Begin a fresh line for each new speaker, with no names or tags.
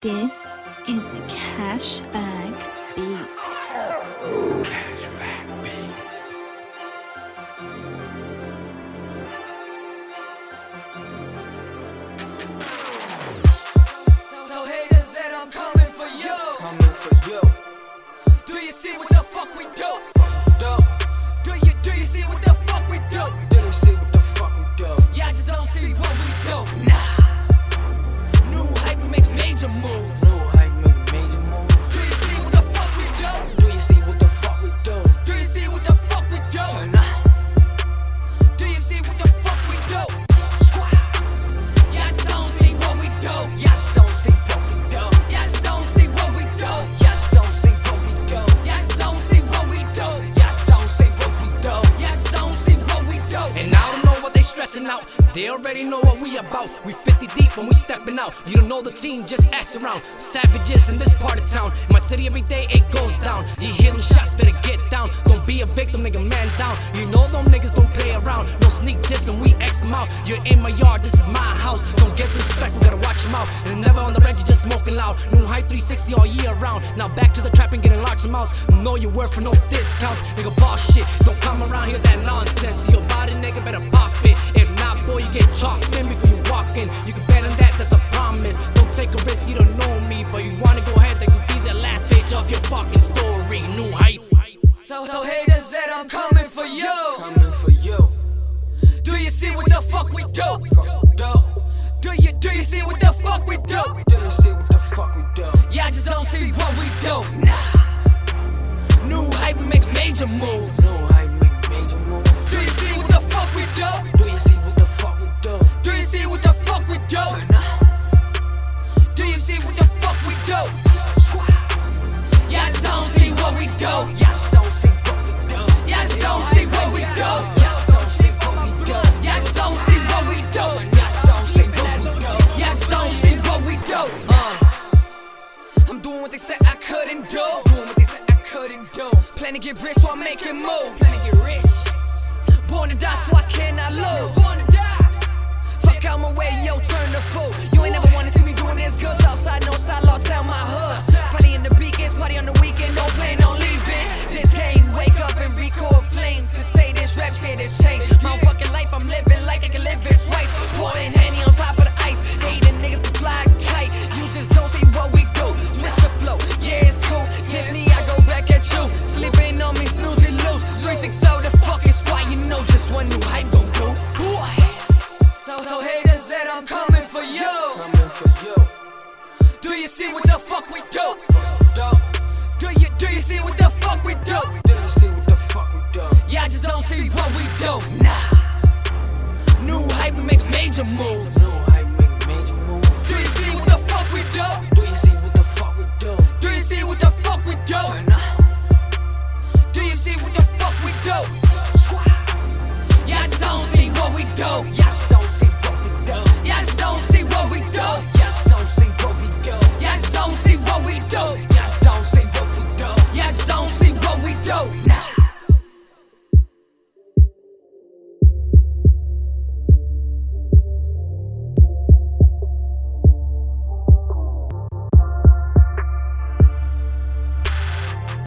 This is a cashback beat.
Cashback Beats.
So haters that I'm coming for you. Coming for you. Do you see what the fuck we do? Do you do you see what the fuck we do? Do you see what the fuck we do? Y'all just don't see what we do. Nah. New hype, we make a major move. New hype, make a major move. Do you see what the fuck we do? Do you see what the fuck we do? Do you see what the fuck we do? Do you see what the fuck we do? Y'all just don't see what we do. Y'all just don't see what we do. Y'all just don't see what we do. Y'all just don't see what we do. Y'all just don't see what we do. Y'all just don't see what we do. Y'all just don't see what we do.
And I don't know what they stressing out. They already know what we about. We 50 deep when we stepping out. You don't know the team, just ask around. Savages in this part of town. In my city every day it goes down. You hear them shots, better get down. Don't be a victim, nigga, man down. You know them niggas don't play around. No sneak this and we X them out. You're in my yard, this is my house. Don't get disrespectful, gotta watch them out. And never on the reg, you just smoking loud. New hype 360 all year round. Now back to the trap and getting large amounts. Know your worth for no discounts. Nigga, boss shit. Don't come around here that nonsense. See your body, nigga, better pop it. If not, boy, you get chalked in before you walk in. You can bet on that, that's a promise. Don't take a risk, you don't know me. But you wanna go ahead, that could be the last page of your fucking story. New hype.
So, so haters that I'm coming for you. Coming for you. Do you see what the fuck we do? Do you do you see what the fuck we do? Do you see what the fuck we do? Yeah, I just don't see what we do. Nah. New hype, we make a major move. Do you see what the fuck we do? Do you see what the fuck we do? Do you see what the fuck we do? Y'all just don't see what we do. Y'all just don't see what we do. Y'all just don't see what we do. Y'all just don't see what we do. Uh, I'm doing what they said I couldn't do. Doing what they said I couldn't do. Plan to get rich, so I'm making moves. Plan to get rich. Born to die, so I cannot lose. Born to die. Fuck out my way, yo, turn the fool. You ain't never wanna see me doing this, cause outside, no side, locked down my hood. Probably in the beacons, party on the weekend, no plan on leaving. This game, wake up and record flames. Cause say this rap shit is changed. My fucking life, I'm living like I can live it twice. Pouring handy on top of the ice. Hating niggas can fly a kite. You just don't see what we do. Switch the flow, yeah, it's cool. Disney, I go back at you. Sleeping on me, snoozing loose. Three, six, oh, the fucking squad. You know just one new hype gon' do. So, so haters that I'm coming for you. Do you see what the fuck we do? Do you do you see what the fuck we do? Yeah, I just don't see what we do. Nah. New hype, we make a major move. Do you see what the fuck we do? Do you see what the fuck we do? Do you see what the fuck we do? Yeah, I just don't see what we do. Yeah,